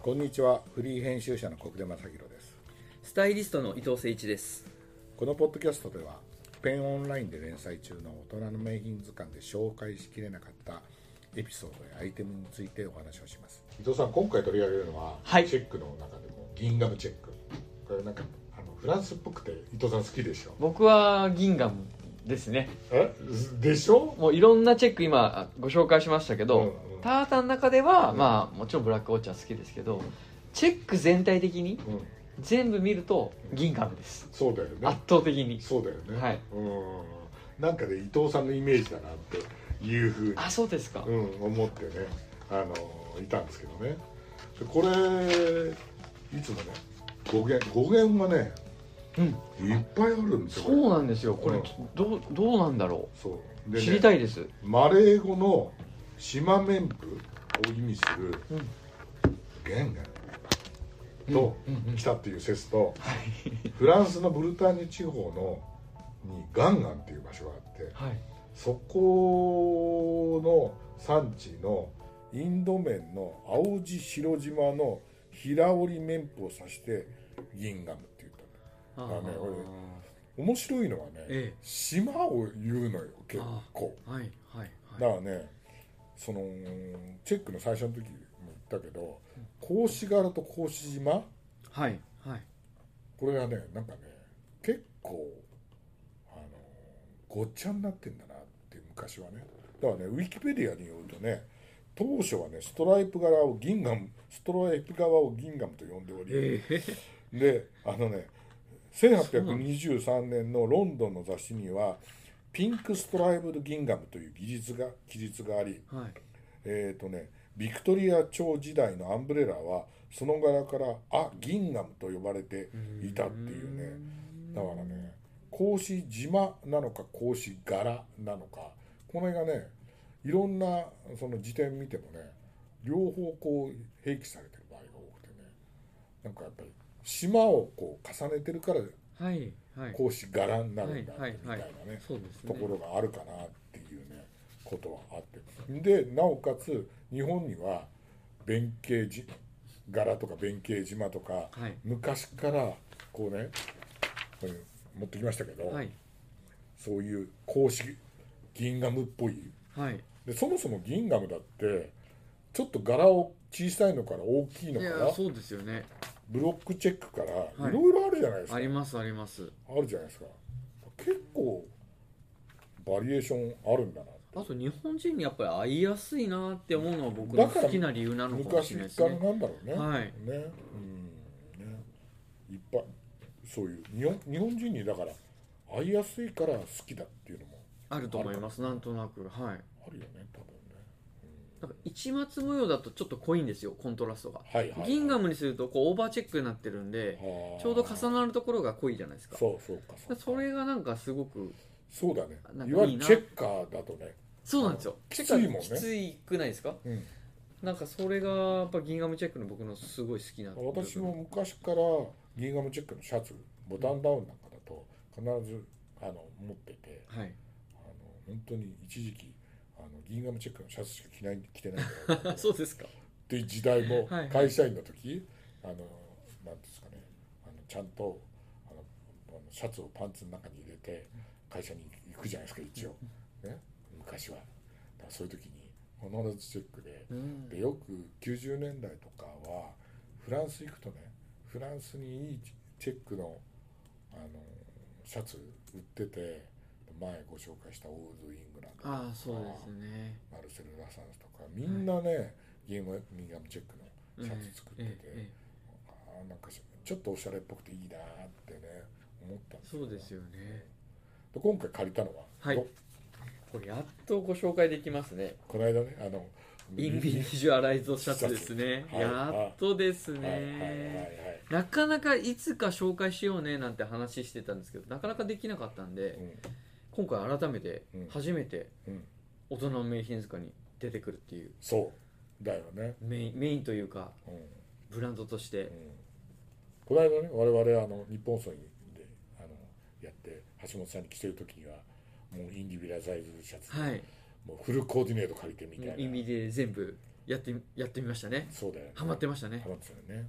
こんにちはフリー編集者の国出正弘ですスタイリストの伊藤誠一です。このポッドキャストではペンオンラインで連載中の大人の名品図鑑で紹介しきれなかったエピソードやアイテムについてお話をします伊藤さん今回取り上げるのは、はいチェックの中でもギンガムチェックこれなんかあのフランスっぽくて伊藤さん好きでしょ僕はギンガムですね。えでしょもういろんなチェック今ご紹介しましたけど、うんうんタータンの中では、うんまあもちろんブラックウォッチは好きですけど、チェック全体的にうん全部見るとギンガムです。そうだよね圧倒的に。そうだよね、はいうんなんかで伊藤さんのイメージだなっていうふうにあ、そうですか。うん、思ってねあのいたんですけどねでこれいつもね語源語源がねうん。いっぱいあるんですよこれそうなんですよ。これ、うんどうどうなんだろそうう。で知りたねいです。マレー語の島綿布を意味するうん。元元とうんうんうん来たっていう説とはい。フランスのブルターニュ地方のにガンガンっていう場所があってはい。そこの産地のインド面の青地白島の平織綿布を指して銀ガムって言ったあのね俺面白いのはね、ええ島を言うのよ結構ーはいはいだかはい。らねそのチェックの最初の時も言ったけど格子柄と格子島はいはい。これがねなんかね結構あのごっちゃになってんだなって昔はねだからねウィキペディアによるとね当初はねストライプ柄をギンガムストライプ側をギンガムと呼んでおり、ええであのね1823年のロンドンの雑誌にはピンクストライブドギンガムという技術が記述がありはい。えーとね、ビクトリア朝時代のアンブレラはその柄からあギンガムと呼ばれていたっていうねだからね格子島なのか格子柄なのかこれがねいろんなその辞典見てもね両方こう併記されてる場合が多くてねなんかやっぱり島をこう重ねてるからはいはい。格子柄になはるいんだみはたいいなはいね。そうですねところがあるかなっていうねことはあってでなおかつ日本には弁慶じ柄とか弁慶島とかはい昔からこうねこれ持ってきましたけど、はいそういう格子銀ガムっぽいはいでそもそも銀ガムだってちょっと柄を小さいのから大きいのいかやらそうですよねブロックチェックからはいいろいろあるじゃないですか、ありますありますあるじゃないですか結構バリエーションあるんだなってあと日本人にやっぱり会いやすいなって思うのは僕の好きな理由なのかも昔しれないですからねなんだろうね。はいね、うん、ね、いっぱいそういう日本日本人にだから会いやすいから好きだっていうのもあると思いますなんとなくはいあるよね、多分ね。なんか市松模様だとちょっと濃いんですよコントラストがはいはいはい。銀ガムにするとこうオーバーチェックになってるんではあちょうど重なるところが濃いじゃないですかそうそうかそうか。それがなんかすごくそうだねなんかいわゆいないるチェッカーだとね。そうなんですよきついもんねきついくないですかうん、なんかそれがやっぱ銀ガムチェックの僕のすごい好きな私も昔からギンガムチェックのシャツボタンダウンなんかだと必ずあの持っててはいあの本当に一時期あのギンガムチェックのシャツしか着ない着てないんだよ そうですかっていう時代もはいはい会社員の時、あのなんていうんですかねあのちゃんとあのあのシャツをパンツの中に入れて会社に行くじゃないですか一応、ね、昔はだからそういう時に必ずチェックでうんでよく90年代とかはフランス行くとねフランスにいいチェックのあのシャツ売ってて前ご紹介したオールドイングランドとかああそうですねマルセル・ラサンスとかみんなね、ゲームミンガムチェックのシャツ作ってて、ええあーなんかしちょっとおしゃれっぽくていいなーってね思ったんですそうですよねで今回借りたのは、はいどこれやっとご紹介できますねこの間ねあのインビニジュアライズドシャツですねシャツはいやっとですはいはいはいねなかなかいつか紹介しようねなんて話してたんですけどなかなかできなかったんはいでうん今回改めてうん初めてうん大人の名品塚に出てくるっていうそうだよね、メインメインというかうんうん、ブランドとしてこの間ね我々あの日本放送であのやって橋本さんに来てる時にはもうインディビュアライズドシャツ、はいもうフルコーディネート借りてみたいな意味で全部やってみやってみましたねそうだよねハマってましたねハマってたよね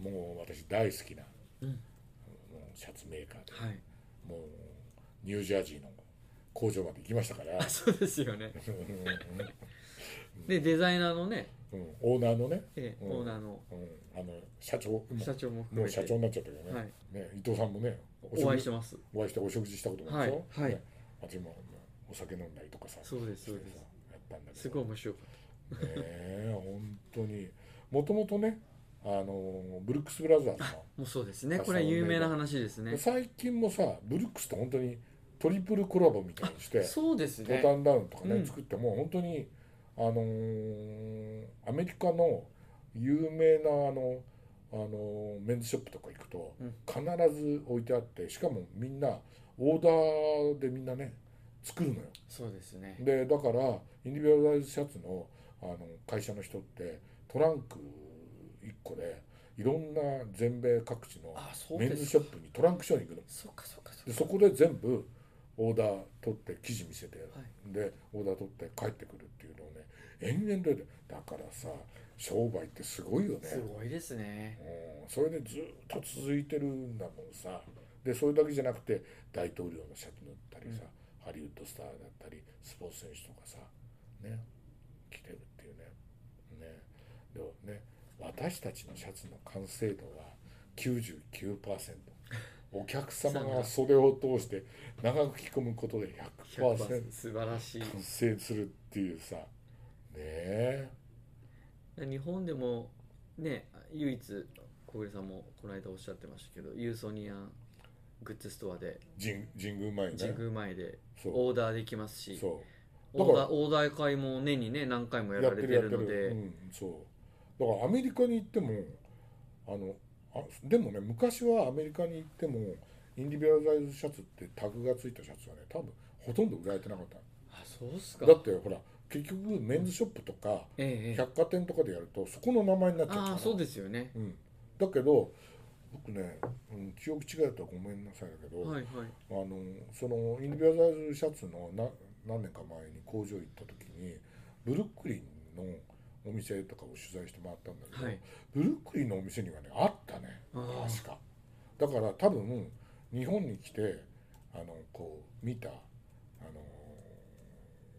うんもう私大好きな、うんもうシャツメーカーで はいもうニュージャージーの工場まで行きました からあそうですよねでデザイナーのね、うんうんオーナーのね、ええうんオーナーのうん、あの社長も社長もうもう含めて社長になっちゃったけどね,、はいね伊藤さんもねおお会いしててますお会いしてお食事したこともあるでしょ、はいはいね私もお酒飲んだりとかさそうですそしうでてすさやったんだけどすごい面白かっねえ本当にもともとねあのブルックス・ブラザーズたあのもうそうですねあこれはそうね有名な話ですね最近もさブルックスと本当にトリプルコラボみたいにしてそうですボねタンダウンとかね、うん作ってもう本当にあのーアメリカの有名なあのあのーメンズショップとか行くとうん必ず置いてあってしかもみんなオーダーでみんなね作るのよそうですねでだからインディビュアルシャツのあの会社の人ってトランク1個でいろんな全米各地のあそうメでンズすショップにトランクショーに行くのそっかそっかそっでかそこで全部オーダー取って記事見せて、いでオーダー取って帰ってくるっていうのをね延々とやるだからさ商売ってすごいよねすごいですねうん、それでずっと続いてるんだもんさでそれだけじゃなくて大統領のシャツ塗ったりさ、ハリウッドスターだったりスポーツ選手とかさね着てるっていうねねでもね私たちのシャツの完成度は99%お客様が袖を通して長く着込むことで100% 100%素晴らしい完成するっていうさねえ日本でもね唯一小暮さんもこの間おっしゃってましたけどユーソニアングッズストアで神神宮前に神ね宮前でそオーダーできますうしそうオだーかダらーオーダー会も年にね何回もやられてるのでうん、そうだからアメリカに行ってもあのあでもね昔はアメリカに行ってもインディビュアライズシャツってタグがついたシャツはね多分ほとんど売られてなかったあそうっすかだってほら結局メンズショップとかええええ百貨店とかでやるとそこの名前になっちゃうからああそうですよねうん、だけど僕ね、うん、記憶違いだったらごめんなさいだけど、はいはいあのそのインディビュアライズシャツのな何年か前に工場行った時にブルックリンのお店とかを取材してもらったんだけど、はいブルックリンのお店にはねあったねあー確かだから多分日本に来てあのこう見たあの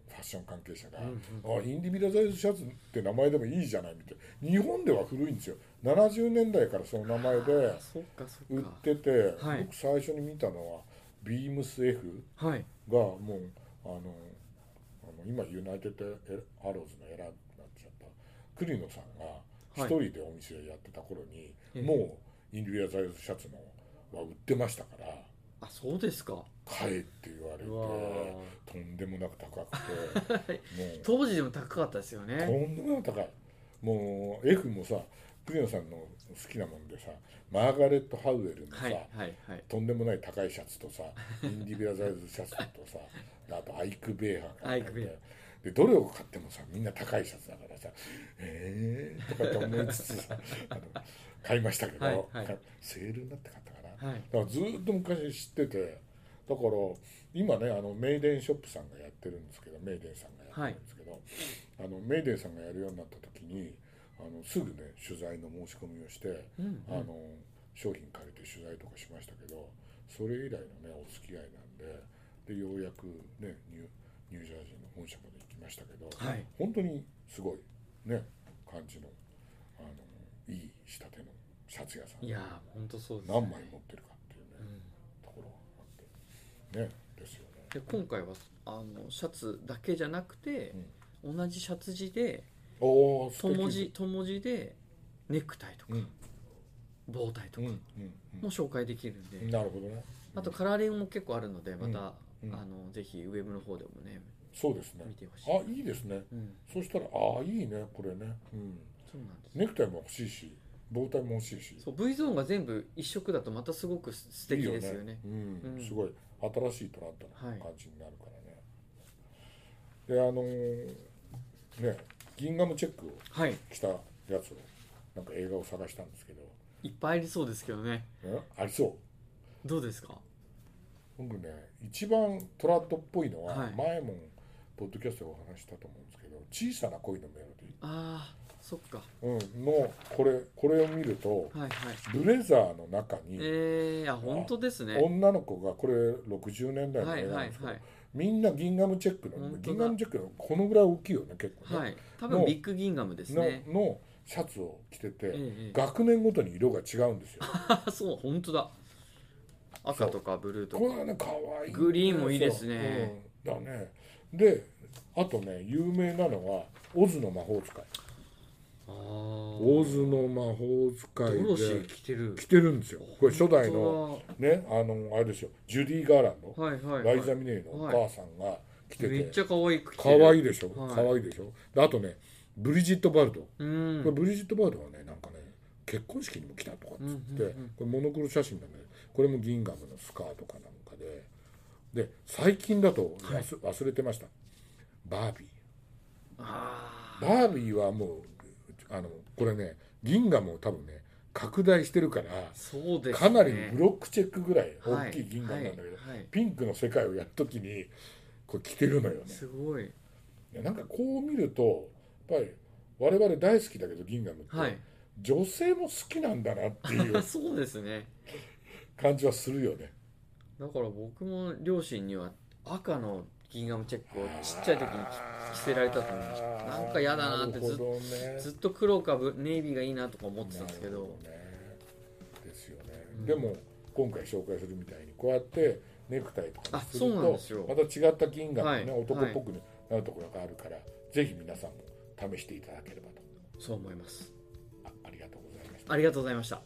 ファッション関係者が「うんあインディビュアライズシャツって名前でもいいじゃない」みたいな日本では古いんですよ70年代からその名前であそっかそ売っっかてて、はい僕最初に見たのはビームス F はいがもうあのあの今ユナイテッドエアローズのエラーになっちゃった栗野さんが一はい人でお店やってた頃に、ええもうインディビュアルサイズシャツのは売ってましたからあそうですか買えって言われうわてとんでもなく高 くてもう当時でも高かったですよとねんでもなく高いもう F もさ栗野さんの好きなもんでさマーガレット・ハウエルのさ、はいはいはいとんでもない高いシャツとさインディビュアライズシャツとさあとアイク・ベーハーがアイクベーハでどれを買ってもさみんな高いシャツだからさ「えー」とかって思いつつ さあの買いましたけど、はいはいかセールになって買ったかな、はだいからずーっと昔知っててだから今ねあのメイデンショップさんがやってるんですけどメイデンさんがやってるんですけど、あのメイデンさんがやるようになった時にあのすぐね取材の申し込みをして。うんあの商品借りて取材とかしましたけどそれ以来のねお付き合いなんででようやくねニューニュージャージーの本社まで行きましたけど、はい本当にすごいね感じのあのいい仕立てのシャツ屋さんいやー本当そうですね何枚持ってるかっていううね、んところがあってねですよね。で今回はあのシャツだけじゃなくて、同じシャツ地でおおともじともじでネクタイとかうん棒タイうとんかうんも紹介できるんで、うんなるほどねあとカラーリングも結構あるのでまた、うんうんあのぜひウェブの方でもねそうですね見てほしい、あいいですねうん、そしたらああいいねこれねうんそうなんです、ネクタイも欲しいし、棒タイも欲しいし、そう V ゾーンが全部一色だとまたすごくす素敵ですよねいいうん、うんすごい新しいトラントのはい感じになるからね。で、あのーね、ギンガムチェックをはい着たやつをなんか映画を探したんですけど、いっぱいありそうですけどねうんありそう。どうですか僕ね、一番トラッドっぽいのは、はい前もポッドキャストでお話したと思うんですけど「小さな恋のメロデああそっかィー」うん、のこれこれを見るとはいはいブレザーの中にえー、あ本当ですね女の子がこれ60年代のはい映画はなんいですけど、はいみんなギンガムチェック本の当だギンガムチェックのこのぐらい大きいよね結構ね、はい多分のビッグギンガムですねののシャツを着てて、ええええ学年ごとに色が違うんですよ。あそう本当だ赤とかブルーとこれかはね可愛いグリーンもいいですね。うん、だね。で、あとね有名なのはオズの魔法使い。ああオズの魔法使ドロシいーで着てる着てるんですよ。これ初代の本ねあのあれですよジュディガーランド、当だはいはい、ライザミネーのお母さんが着てめってちゃ可愛く着可てる愛いでしょ。はい可愛いでしょ。であとねブリジットバルド。こうれんブリジット・バードはねなんかね結婚式にも来たとかっつって、うんうんうんこれモノクロ写真なんだけどこれもギンガムのスカートかなんかでで最近だと忘,、忘れてましたバービーあバービーはもうあのこれねギンガムを多分ね拡大してるから、ーそうですねかなりブロックチェックぐらいはい大きいギンガムなんだけど、はいはいピンクの世界をやるときにこれ着てるのよねすごいいやなんかこう見るとやっぱり我々大好きだけどギンガムって、はい 女性も好きなんだなっていうそうですね感じはするよ ね。だから僕も両親には赤のギンガムチェックをちっちゃい時に着着せられたと思いましたなんか嫌だなってずるっほどねずっと黒かブネイビーがいいなとか思ってたんですけなるどほね。ですよね。うんでも今回紹介するみたいにこうやってネクタイとかにすあそうなんでるすよとまた違った銀河がね、はい男っぽくなるところがあるから、ぜひ皆さんも試していただければとそう思いますあありがとうございました。ありがとうございました